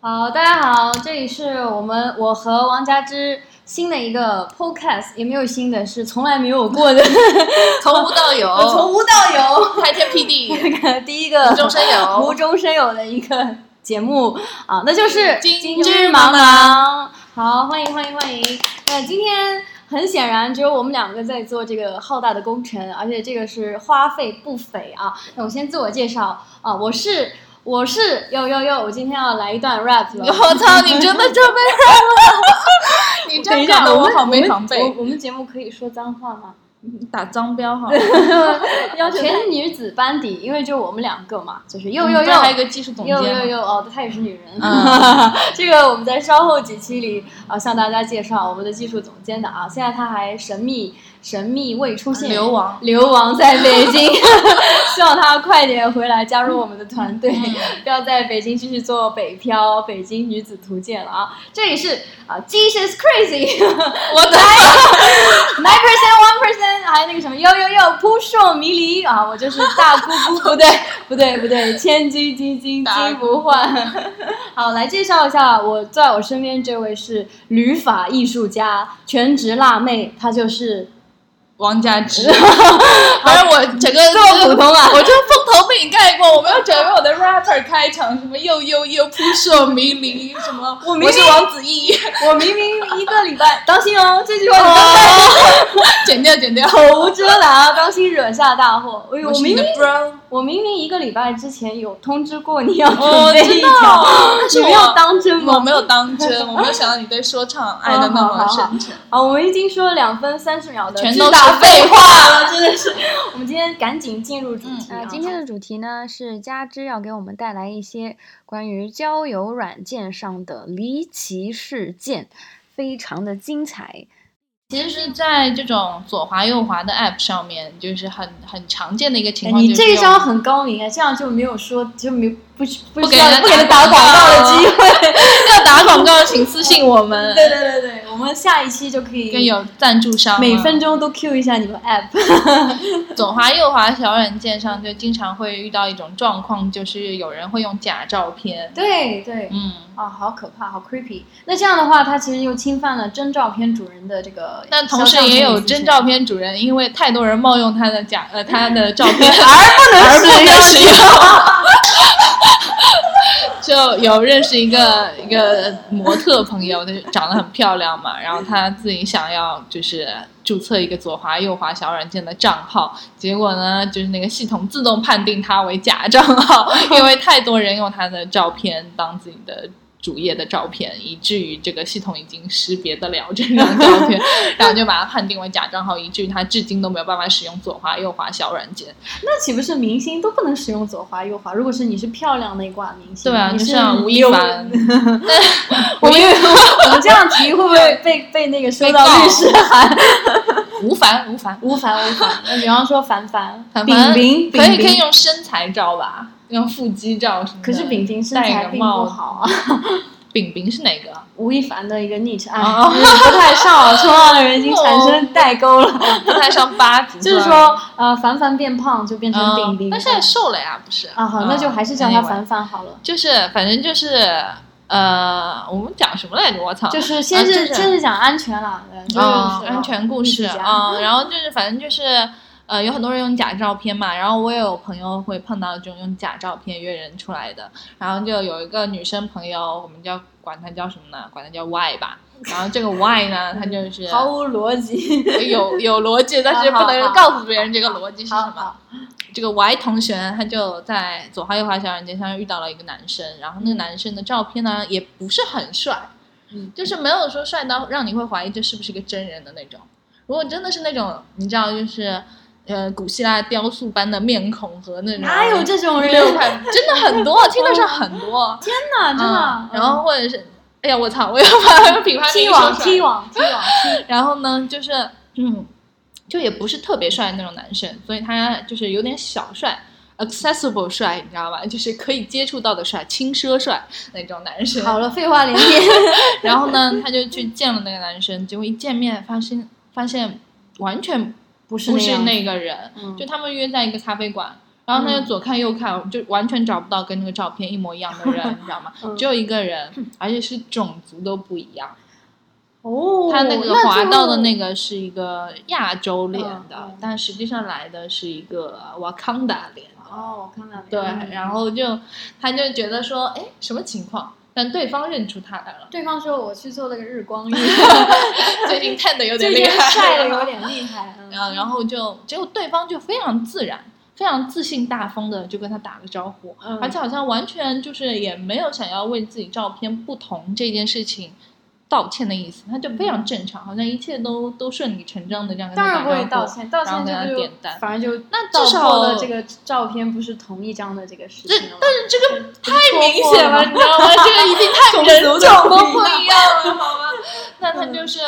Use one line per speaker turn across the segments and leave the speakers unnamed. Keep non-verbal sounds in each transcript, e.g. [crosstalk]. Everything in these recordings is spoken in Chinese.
好，大家好，这里是我们我和王佳芝新的一个 podcast，也没有新的，是从来没有过的，
从无
[laughs]
到有，
从无到
开天辟地，
有， [laughs] 第一个
哦无中生有
[laughs] 无中生有的一个节目啊，那就是
金
金
枝
茫
茫
茫。好，欢迎欢迎欢迎。那今天很显然只有我们两个在做这个浩大的工程，而且这个是花费不菲啊。那我先自我介绍啊，我是我是哟哟哟，我今天要来一段 rap 了。
我操，你真的就被人
[laughs]
了，你
等一
真
下，
搞得
我
我
们
好没
我们
防备
我，我们节目可以说脏话吗？
打脏标 [laughs] 哈，
要求全女子班底，因为就我们两个嘛，就是又又
又
又
又还嗯有一个技术总监
又又
嘛，
又哦，她也是女人。
嗯
这个我们在稍后几期里啊、向大家介绍我们的技术总监的啊，现在他还神秘神秘未出现，
流亡。
流亡在北京， [laughs] 希望他快点回来加入我们的团队，
嗯
不要在北京继续做北漂《北京女子图鉴》了啊！这里是啊，Jesus Crazy。
我来，
nine percent one percent，还有那个什么，哟哟哟，扑朔迷离啊！我就是大姑姑，不对，不对，不对，千金金金金不换。好，来介绍一下，我在我身边这位是旅法艺术家，全职辣妹，她就是
王佳 [laughs] 芝，反正我整个
这么普通啊
[laughs] 我这风头被你盖过，我没有准备我的 rapper 开场，什么又又又扑朔迷离，什么
我明明
我是王子异， [laughs]
我，明明一个礼拜，当心哦，这句话你当
剪掉剪掉，
口无遮拦啊，当心惹下大祸。哎呦，我
是你
明
的
明
bro，
我明明一个礼拜之前有通知过你要
哦
准备一
真的
条，
哦但
你
是
没有
我
当真吗？
我没有当真，我没有想到你对说唱爱的那么深沉。
好，我们已经说了两分三十秒的
全
巨
都是
大
废
话了，真的是。我们今天赶紧进入主题
嗯
啊、
那今天的主题呢是加之要给我们带来一些关于交友软件上的离奇事件，非常的精彩。
其实是在这种左滑右滑的 App 上面，就是很很常见的一个情
哎
况。
你
就是
这一
种
招很高明啊，这样就没有说就没不不
不
需
给
要
人
不给他打
打
广
广
告的
告
机
[laughs]
会。
要打广告，请私信我们，
对对对对，我们下一期就可
[laughs] 跟
以
有赞助商啊。
每分钟都 Q 一下你们
[laughs]
app。
左滑右滑小软件上，就经常会遇到一种状况，就是有人会用假照片。
对对。
嗯，
啊、好可怕，好 creepy。那这样的话，他其实又侵犯了真照片主人的这个肖像
但
权隐私权，
同时也有真照片主人，因为太多人冒用他的假呃他的照 [laughs] 片
而
而
不
不
能
能
使
使用。就有认识一个一个模特朋友，就是长得很漂亮嘛，然后她自己想要就是注册一个左滑右滑小软件的账号，结果呢，就是那个系统自动判定她为假账号，因为太多人用她的照片当自己的。主页的照片，以至于这个系统已经识别得了这张照片，然后就把它判定为假账号，以至于她至今都没有办法使用左滑右滑小软件。
那岂不是明星都不能使用左滑右滑？如果是你是漂亮那一挂明星，
对啊，
你
就是像吴亦
溜
凡，
[laughs] 我们我们这样提会不会被被那个收到律师 [laughs] 函？
[laughs] 吴凡，吴凡，
吴凡吴凡，那比方说凡凡、
[laughs] 凡
饼
凡
饼，
可以
饼
可以
饼。
用身材照吧，用腹肌照什么的。
可是饼饼身
戴
材
个
并
帽
不
子
好啊， [laughs]
饼饼是哪个啊？ [laughs]
吴亦凡的一个 niche，哎，[laughs]
哦
就是不太上网冲浪的人已经产生代沟了。
不太上八级，
就是说，呃，凡凡变胖就变成饼
嗯，
饼，
但现在瘦了呀，不是？
啊，好，那就还是叫他
他
凡。凡好了
anyway，。就是哦反正就是呃，我们讲什么来着？我操！
就是先
啊
是
就是
先是讲安全啦，嗯就是
啊，安全故事
艺术家
啊、然后就是反正就是。呃，有很多人用假照片嘛，然后我也有朋友会碰到这种用假照片约人出来的，然后就有一个女生朋友，我们叫管她叫什么呢？管她叫 Y 吧。然后这个 Y 呢，她就是
毫无逻
[laughs]
辑。 [laughs]
有有逻辑，但是不能告诉别人这个逻辑是什么。这个 Y 同学他就在左滑右滑小软件上遇到了一个男生，然后那个男生的照片呢也不是很帅，
嗯
就是没有说帅到让你会怀疑这是不是个真人的那种。如果真的是那种你知道就是呃古希腊雕塑般的面孔和那种
哪有这种人？
六块，真的很多，听得上很多，
天哪，真的啊
嗯。然后或者是哎呀我操，我要把 [laughs] 品牌
踢
名说
网
出来
踢网踢
[laughs]
网，
然后呢，就是嗯，就也不是特别帅的那种男生，所以他就是有点小帅，accessible 帅，你知道吧？就是可以接触到的帅，轻奢帅那种男生。
好了，废话连篇。
然后呢，他就去见了那个男生，结果一见面发现发现完全
不
不是
那样
那个人，
嗯
就他们约在一个咖啡馆。然后他
嗯
就左看右看，就完全找不到跟那个照片一模一样的人，你知道吗
[laughs] 嗯？
只有一个人，而且是种族都不一样。
哦，
[laughs] 他那个
最
滑道的
后
那个是一个亚洲脸
嗯
的
嗯，
但实际上来的是一个瓦康达脸。
哦，我看到了，
对
嗯，，
然后就他就觉得说，哎，什么情况？但对方认出他来了 [laughs]
对方说我去做了个日光浴，
最近探的有点
最
厉
近
害，
晒
[laughs]
的有点厉害，嗯
嗯，然后就结果对方就非常自然、非常自信大方的就跟他打了招呼，
嗯
而且好像完全就是也没有想要为自己照片不同这件事情道歉的意思，他就非常正常，好像一切都都顺理成章的这样
嗯
跟
当
他
然
打
不会
招
道
呼。
歉，道
然后
歉
给他
这不就
点单
反正就
那
道
至少
破了这个照片不是同一张的这个事情了吗。但是
这
个太
太明显了，你知道吗？这个一定太人种都不一样了，好吗？那
嗯
他就是，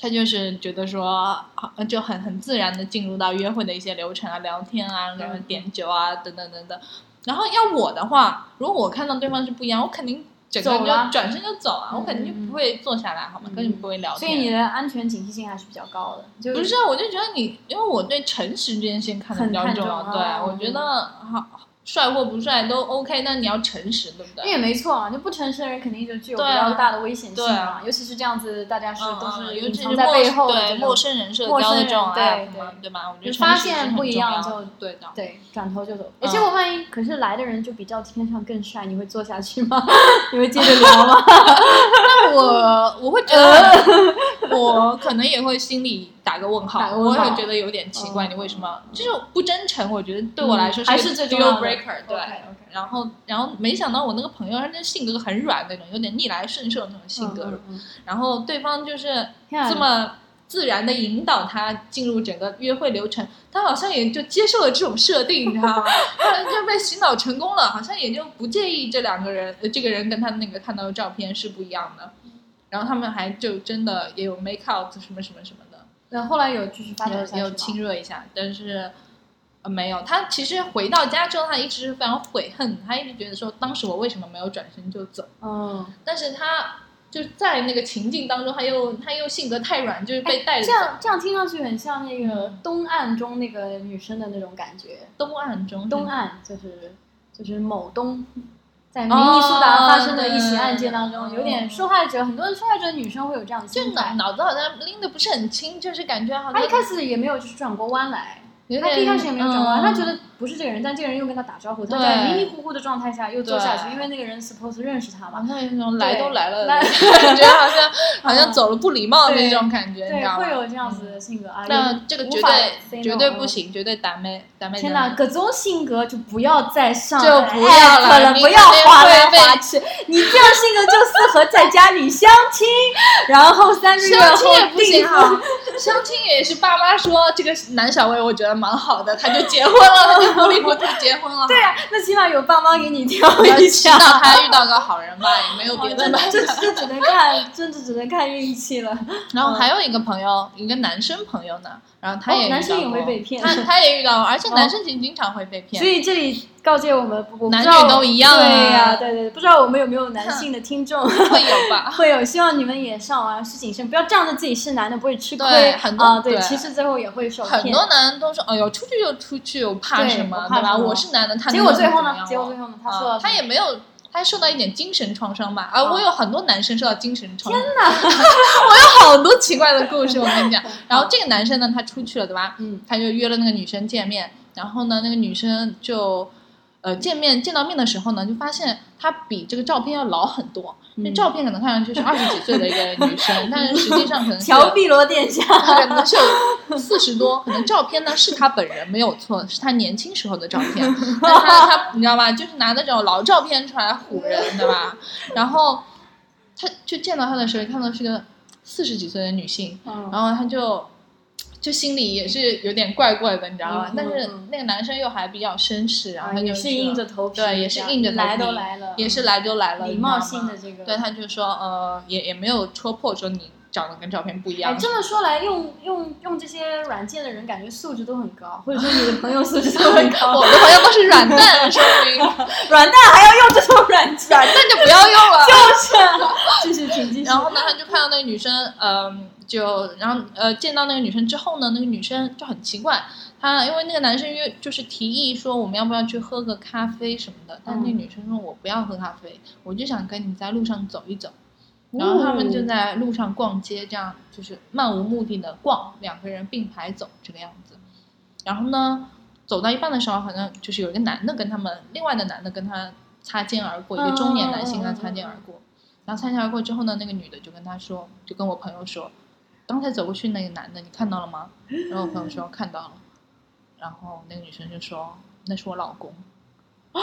他就是觉得说，啊就很很自然的进入到约会的一些流程啊、聊天啊、然后点酒啊等等等等。然后要我的话，如果我看到对方是不一样，我肯定整个人
走
就
了
转身就走啊，我肯
嗯
定
嗯嗯
就不会坐下来，好吗？根本不会聊
所以你
天。
的安全警惕性还是比较高的，就
不是啊，我就觉得你，因为我对诚实这件事情看得比较
很看
重
重
要，
啊
对我觉得好帅或不帅都 OK，但你要诚实，对不
那？
对
也没错啊，就不诚实的人肯定就具有比
对啊
较大的危险性
对
啊
啊，
尤其是这样子，大家是
嗯
都
嗯
是
尤
隐
其
藏
是
在
陌
背
生
后的
对
这
陌
种，
生人社
陌
交的
生
这
人
种 app
对
嘛，对吧？我觉
就
得
发
诚实是
现
很
不一
重
样
要
就
的对的。
对，转头就走。哎，结果万一可是来的人就比较偏向更帅，你会坐下去 [laughs] 吗？你会接着聊 [laughs] 吗？[laughs]
但我我会觉得，我可能也会心里打个问
打
号，
个问
我
号
也觉得有点奇怪，
嗯
你为什么就是不真诚？我觉得对我来
嗯
说
还
是
是最重
一个
要
deal
的
breaker，对。
OK，OK
然后，然后没想到我那个朋友，他的性格很软那种，有点逆来顺受那种性格。
嗯，嗯嗯
然后对方就是
天啊
这么自然的引导他进入整个约会流程，他好像也就接受了这种设定，你知道吗？ [laughs] 后来就被洗脑成功了，好像也就不介意这两个人，呃这个人跟他那个看到的照片是不一样的。然后他们还就真的也有 make out 什么什么什么的，
那后来有就是发展下去
有有
吗
亲热一下，但是。呃，没有，他其实回到家之后，他一直是非常悔恨，他一直觉得说，当时我为什么没有转身就走？
嗯，
但是他就在那个情境当中，他又他又性格太软，就是被带
哎
着
这
走。
样这样听上去很像那个东岸中那个女生的那种感觉。
东岸中
东岸就是就是某东，在明尼苏达发生的一起案件当中，
哦
有点受害者，很多受害者女生会有嗯这样的啊
就
心
脑
态。
脑子好像拎的不是很清，就是感觉好
她一开
像
始也没有就是转过弯来，
有
她
点
一开始也没有转过弯，
嗯
她觉得不是这个人，但这个人又跟她打招呼，她
对
在迷迷糊糊的状态下又坐下去，
对
因为那个人 suppose 认识她嘛
好，像有那种来都来了，
来 [laughs] 嗯
感觉好像好像走了不礼貌的那种感觉，你知
对，
道
会
吗？嗯
有这样子的性格啊。
那
有
这个
无
绝
法
对
say
绝
no
对
啊
不行，绝对打妹打妹
天
真的
哪，各种性格就不要再上
就
来哎
不要了
app 了，
你
不要
肯定
划
会
来
被
划去。你这样性格就适合在家里相亲，然后三个月
相亲
后
也不
订
行
婚。
啊， [laughs] 相亲也是爸妈说这个男小魏我觉得蛮好的，他就结婚了，他就糊里糊涂结婚了。
[laughs] 对啊，那起码有爸妈给你挑一
祈
下
祷。他遇到个好人吧，也没有别
哦
的
真
吧
的。，这这只能看，真的只能看运气了。
然后还有一个朋友，一个男生朋友呢，然后他也
嗯哦
遇到过、
男生也会被骗 [laughs]
他他也遇到过，而且
哦
男生其实经常会被骗。
所以这里告诫我们，我不
男
知道
女都一样啊
对呀、对对，不知道我们有没有男性的听
[laughs]
众？
会有吧？
会有，希望你们也上啊网是谨慎，不要仗着自己是男的不会吃亏
对很多
啊、对，
对
其实最后也会 [laughs] 受
很
骗。
多男人都说：“哎呦，出去就出去，我怕
对
什么，
我怕
对吧？
什么
我是男的，他
结果最后
能
呢？
怎
结
么
果
样
最后呢？他
啊
说了什么、
他也没有，他受到一点精神创伤吧？啊，
哦
我有很多男生受到精神创伤。天哪， [laughs] 我有好多奇怪的故事，我跟你讲。然后这个男生呢，他出去了，对吧？
嗯
他就约了那个女生见面，然后呢，那个女生就呃见面见到面的时候呢，就发现她比这个照片要老很多。那、
嗯
照片可能看上去是二十几岁的一个女生，但是实际上
[laughs]
可能是
乔碧罗殿下，
可能是有四十多，可能照片呢是她本人没有错，是她年轻时候的照片，但是她她你知道吧，就是拿那种老照片出来唬人，对吧？然后她就见到她的时候，看到是个四十几岁的女性，
嗯
然后他就就心里也是有点怪怪的，你知道吧？
嗯
但是
嗯啊
那个男生又还比较绅士，然后他就
也是硬着头皮，
啊对也是硬着头皮
来都来了，
也是来就来了，
礼
你知道吗
貌性的这个。
对，他就说呃，也也没有戳破说你长得跟照片不一
哎，
样。
这么说来，用用用这些软件的人，感觉素质都很高，或者说你的朋友素质都很高
[laughs] 我。的朋友都是软蛋，说明
软蛋还要用这种软件，
软蛋就不要用了。
就是啊，就是挺继续
然。后呢，他就看到那个女生，嗯、就然后呃见到那个女生之后呢，那个女生就很奇怪，他因为那个男生约就是提议说我们要不要去喝个咖啡什么的，但那女生说我不要喝咖啡，我就想跟你在路上走一走。然后他们就在路上逛街，这样就是漫无目的的逛，两个人并排走这个样子。然后呢，走到一半的时候，好像就是有一个男的跟他们，另外的男的跟他擦肩而过，一个中年男性跟他擦肩而过。然后擦肩而过之后呢，那个女的就跟他说，就跟我朋友说，刚才走过去那个男的，你看到了吗？然后我朋友说看到了。然后那个女生就说那是我老公， [gasps]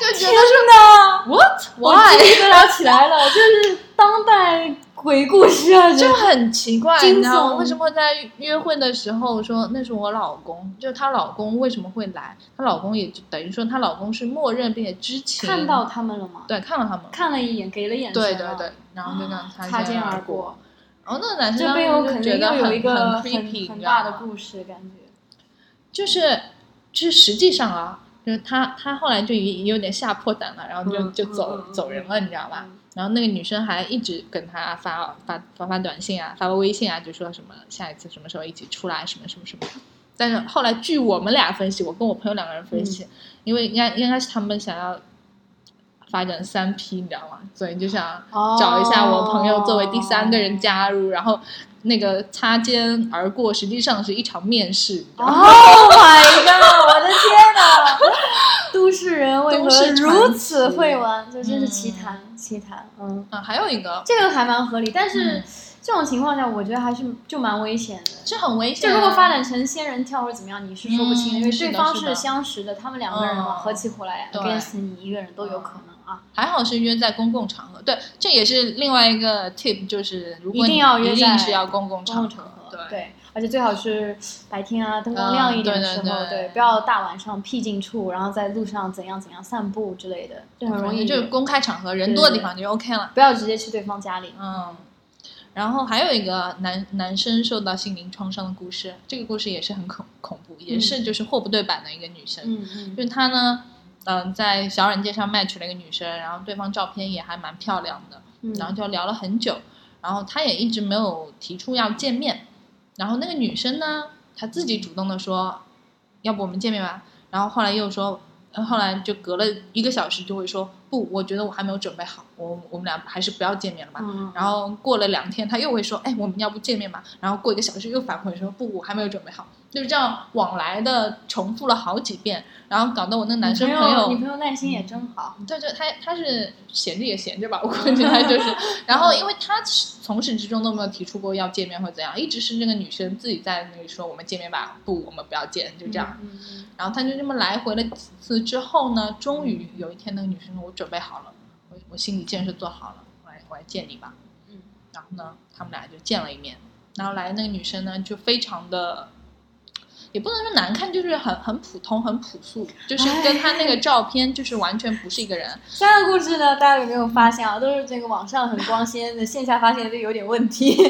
就觉
天
得
哪！
what
我
why
鸡皮疙瘩起来了，就是当代鬼故事啊，
就
这
很奇怪，
惊
你知道
悚
吗为什么在约会的时候说那是我老公？就她老公为什么会来？她老公也就等于说她老公是默认并且知情
看到他们了吗？
对看到他们，
看了一眼，给了眼神，啊
对对对，，然后就跟他
擦肩
而
而。过，
然后那个男生
这背后
当时
肯
就
定
觉得
又有
很
一个
很 creepy，啊
很
你知
大的
道吗
故事，感觉。
就是就是实际上啊，就是他他后来就也也有点吓破胆了，然后就、
嗯
就
嗯
走、
嗯
走人了，你知道吧？
嗯
然后那个女生还一直跟他发发发发短信啊，发微信啊，就说什么下一次什么时候一起出来，什么什么什么。但是后来据我们俩分析，我跟我朋友两个人分析，因为应该应该是他们想要发展三 P，你知道吗？所以就想
哦
找一下我朋友作为第三个人加入，然后那个擦肩而过，实际上是一场面试，你知道吗？
Oh my god！我的天
[laughs]
哪，都市人为
都市
何
传奇
如此会玩？这真是奇谈，奇谈。嗯，
啊，还有一个，
这个还蛮合理，但是、
嗯
这种情况下，我觉得还是就蛮危险的。
这很危险
就
啊。
如果发展成仙人跳或者怎么样，你是说不清的，
嗯
因为
是
对
的
方
是
是
的
相识的，他们两个人嘛，
嗯
合起伙来
对
against 你一个人都有可能啊。
还好是约在公共场合，对，这也是另外一个 tip，就是如果
一
你
定要约
一
在
定是要公共
公
场
共场合，
对。
对，而且最好是白天啊，灯光亮一点的时
嗯对
候，
对对
对，不要大晚上僻静处，然后在路上怎样怎样散步之类的，就很容易
就
不
公开场合人多的地方就 OK 了。
要直接去对方家里。
嗯，然后还有一个男男生受到心灵创伤的故事，这个故事也是很恐恐怖，也是就是货不对版的一个女生，
嗯嗯
就是她呢，嗯、在小软件上 match 了一个女生，然后对方照片也还蛮漂亮的，
嗯，
然后就聊了很久，然后他也一直没有提出要见面，然后那个女生呢，她自己主动的说，要不我们见面吧，然后后来又说，呃后来就隔了一个小时就会说，不，我觉得我还没有准备好，我我们俩还是不要见面了吧。
嗯，
然后过了两天，他又会说，哎，我们要不见面吧？然后过一个小时又反悔说，不，我还没有准备好，就是这样往来的重复了好几遍，然后搞得我那男生
你
朋友
你朋友耐心也真好。
对对，他他是闲着也闲着吧，我估计他就是。然后，因为他是从始至终都没有提出过要见面或怎样，一直是这个女生自己在那里说我们见面吧，不，我们不要见，就这样。
嗯，嗯嗯
然后他就这么来回了几次之后呢，终于有一天那个女生说：“我准备好了，我我心理建设做好了，我来我来见你吧。”
嗯，
然后呢，他们俩就见了一面。然后来那个女生呢，就非常的，也不能说难看，就是很很普通、很朴素，就是跟她那个照片就是完全不是一个人。
三个故事呢，大家有没有发现啊？都是这个网上很光鲜的，线下发现就有点问题。
就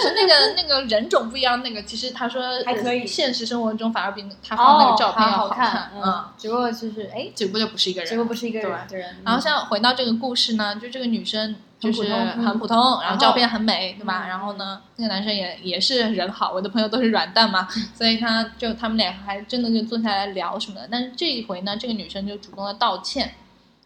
是那个那个人种不一样，那个其实他说呃
还可以
现实生活中反而比他放那个照片
还
要
哦好
看，
嗯，，只不过就是哎，
只不过就不是一个
只
人
不。过不是一个人，嗯对，
然后像回到这个故事呢，就这个女生就是
很普通嗯
很普通，然后
后
照片很美，对吧？
嗯
然后呢，那个男生也也是人好，我的朋友都是软蛋嘛，
嗯
所以他就他们俩还真的就坐下来聊什么的。但是这一回呢，这个女生就主动的道歉，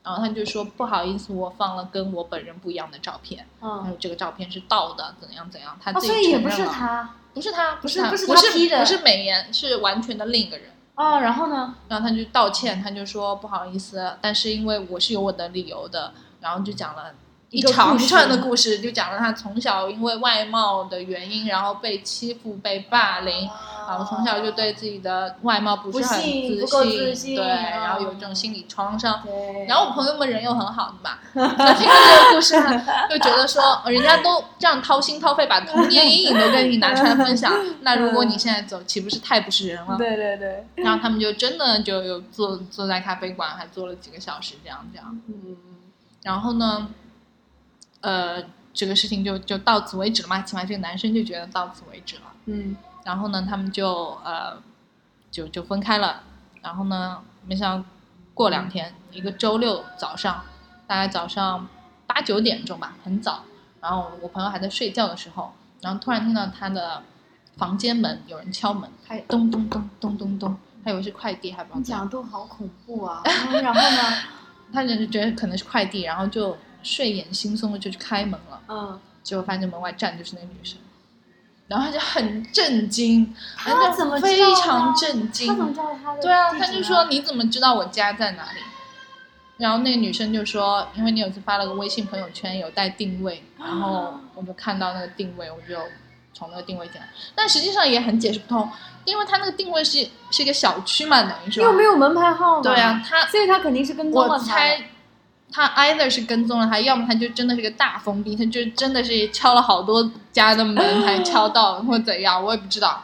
然后她就说不好意思，我放了跟我本人不一样的照片，
嗯
还，有这个照片是盗的，怎样怎样，她
哦，
自己
所以也
承
不
认
是
了
他
不是他，
不是
他，
不是
不
他
是
批的
不是美颜，是完全的另一个人。
哦，然后呢？
然后他就道歉，他就说不好意思，但是因为我是有我的理由的，然后就讲了。
一
一
个
长
故事
串的故事就讲了他从小因为外貌的原因，然后被欺负、被霸凌，然后从小就对自己的外貌不是很
不信
自
不够
信，
自信
对，
嗯
然后有这种心理创伤，
对，
然后我朋友们人又很好的嘛， [laughs] 那听了这个故事呢，就觉得说呃人家都这样掏心掏肺把童年阴影都跟你拿出来分享，那如果你现在走，岂不是太不是人了？
对对对，
然后他们就真的就有坐坐在咖啡馆，还坐了几个小时这样这样。
嗯，
然后呢，呃，这个事情就就到此为止了嘛，起码这个男生就觉得到此为止了。
嗯，
然后呢，他们就呃，就就分开了。然后呢，没想到过两天，一个周六早上，大概早上八九点钟吧，很早。然后我朋友还在睡觉的时候，然后突然听到他的房间门有人敲门，
还
咚咚咚咚咚咚，他以为是快递，还不知道
你
怎样
讲都好恐怖啊！嗯 [laughs] 然后呢？
他就觉得可能是快递，然后就睡眼惺忪的就去开门了，
嗯，
结果发现门外站的就是那个女生，然后他就很震惊，
他
然后就
怎么知道
非常
呢
震惊？
他怎么知道他的？
对啊，他就说，你怎么知道我家在哪里？然后那个女生就说，因为你有一次发了个微信朋友圈有带定位，然后我就看到那个定位，我就从那个定位进来，但实际上也很解释不通，因为他那个定位是是一个小区嘛，等于说
又没有门牌号码，
对啊，，他
所以他肯定是跟踪
我
了他。
猜他 either 是跟踪了他，要么他就真的是个大疯逼，他就真的是敲了好多家的门 [laughs] 才敲到，或怎样，我也不知道。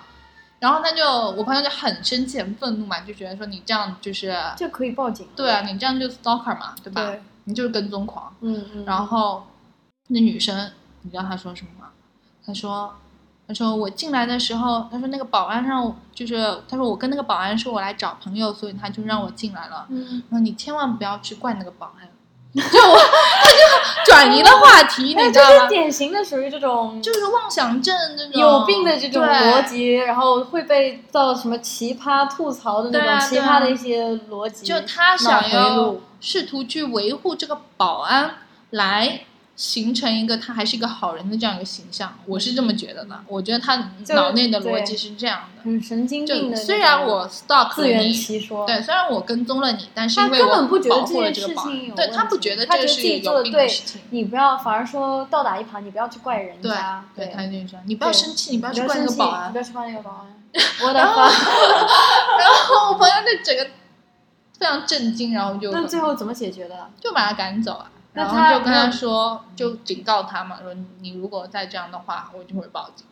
然后他就我朋友就很生气、很愤怒嘛，就觉得说你这样就是
这可以报警。
对啊，你这样就是 stalker 嘛，对吧？
对，
你就是跟踪狂。
嗯嗯。
然后那女生，你知道她说什么吗？她说，她说我进来的时候，她说那个保安让我，就是她说我跟那个保安说我来找朋友，所以他就让我进来了。
嗯，
然后你千万不要去怪那个保安， [laughs] 就我她就转移了话题，你
那
知
哎这
道
嗯是
吗？
典型的属于这种
就是妄想症这种
有病的这种
对
逻辑，然后会被到什么奇葩吐槽的那
对啊
种
对啊
奇葩的一些逻辑。
就他想
脑回
要
路
试图去维护这个保安，来形成一个他还是一个好人的这样一个形象，我是这么觉得的。我觉得他
就是
脑内的逻
对
辑是这样的，
很神经病
就
的那种。
虽然我 stalk
自
了
圆
你，
其说，
对，虽然我跟踪了你，但是
他
因为
根
我
本不觉得
保护
这
了
件
这个
事
保
情有
安，对
问
他不
题
觉得
他
这
觉得
是
自己做
有
得
病
对
的事情。
你不要，反而说倒打一耙，你不要去怪人家。
对，他
你
就这样，你不要
对
生气，你不要
不
去
要
怪那
生
个
气，你
啊保安
不。要去怪那个保安。我的妈！
[laughs] 然后我朋友就整个非常震惊，然后
[laughs]
就
那最后怎么解决的？
就把他赶走啊，
那
然
他
后就跟
那
他说，就警告他嘛，说你如果再这样的话，我就会报警。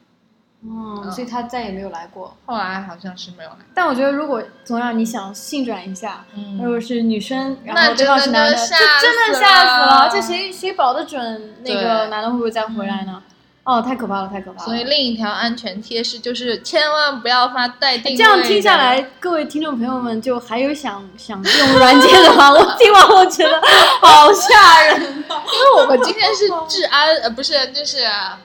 嗯，
嗯
所以他再也没有来过。
后来好像是没有来，
但我觉得，如果总让你想性转一下，如
嗯，
果是女生，然
那
后对方是
真的
男的，这
就吓死
真的吓死了
了。
这谁谁保得准那个
对嗯
男的会不会再回来呢？哦，太可怕了，太可怕了。
[laughs] 所以另一条安全贴士就是千万不要发待定位
哎这样听下来，各位听众朋友们，就还有想想用软件的吗？ [laughs] 我听完我觉得好吓人，
的，因为我们今天是治安，呃，不是，就是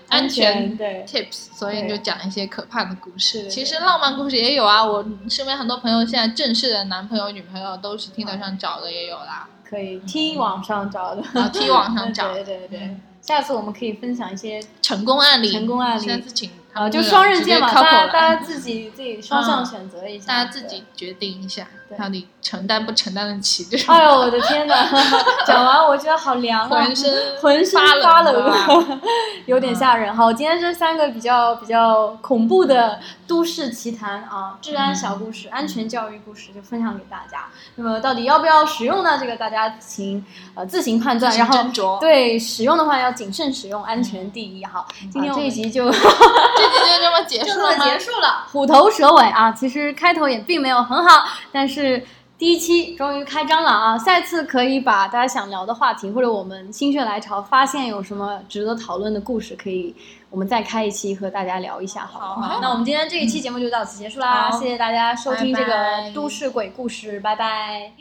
安全。
对。
tips，所以
对
就讲一些可怕的故
对
事。
对
其
对
实浪漫故事也有啊，我身边很多朋友现在正式的男朋友、女朋友都是 Tinder 上找的，也有
[laughs]
啦，
可以 T 网上找的，
然后 T 网上
[laughs]
找
对
的
对对
嗯，
下次我们可以分享一些
成功案例，
成功案例
下次请他
啊，
们
就双刃
直接
剑嘛，
couple
大家
来
大家自己自己双向选择一下，
大家自己决定一下
对，
到底承担不承担得起这
对。哎
种
呦，我的天哪！ [laughs] 讲完我觉得好
[laughs]
凉啊
浑，身
浑身发
发冷嗯
[laughs]
的啊
冷，有点吓人。好，今天这三个比较比较恐怖的都市奇谈啊，治安
嗯
小故事、安全教育故事就分享给大家。那么到底要不要使用呢？这个大家请呃自行判断，
自行
然后
斟酌
对使用的话要谨慎使用，安全第一哈。今天
嗯好
这
这
一 [laughs]
一
集就。
这集就这么结
就
束
这
了
么
吗？
结束了，虎头蛇尾啊！其实开头也并没有很好，但是第一期终于开张了啊！下一次可以把大家想聊的话题，或者我们心血来潮发现有什么值得讨论的故事，可以我们再开一期和大家聊一下好了。
好啊好
那我们今天这一期节目就到此结束啦，
好
谢谢大家收听这
拜
个
拜
都市鬼故事，拜拜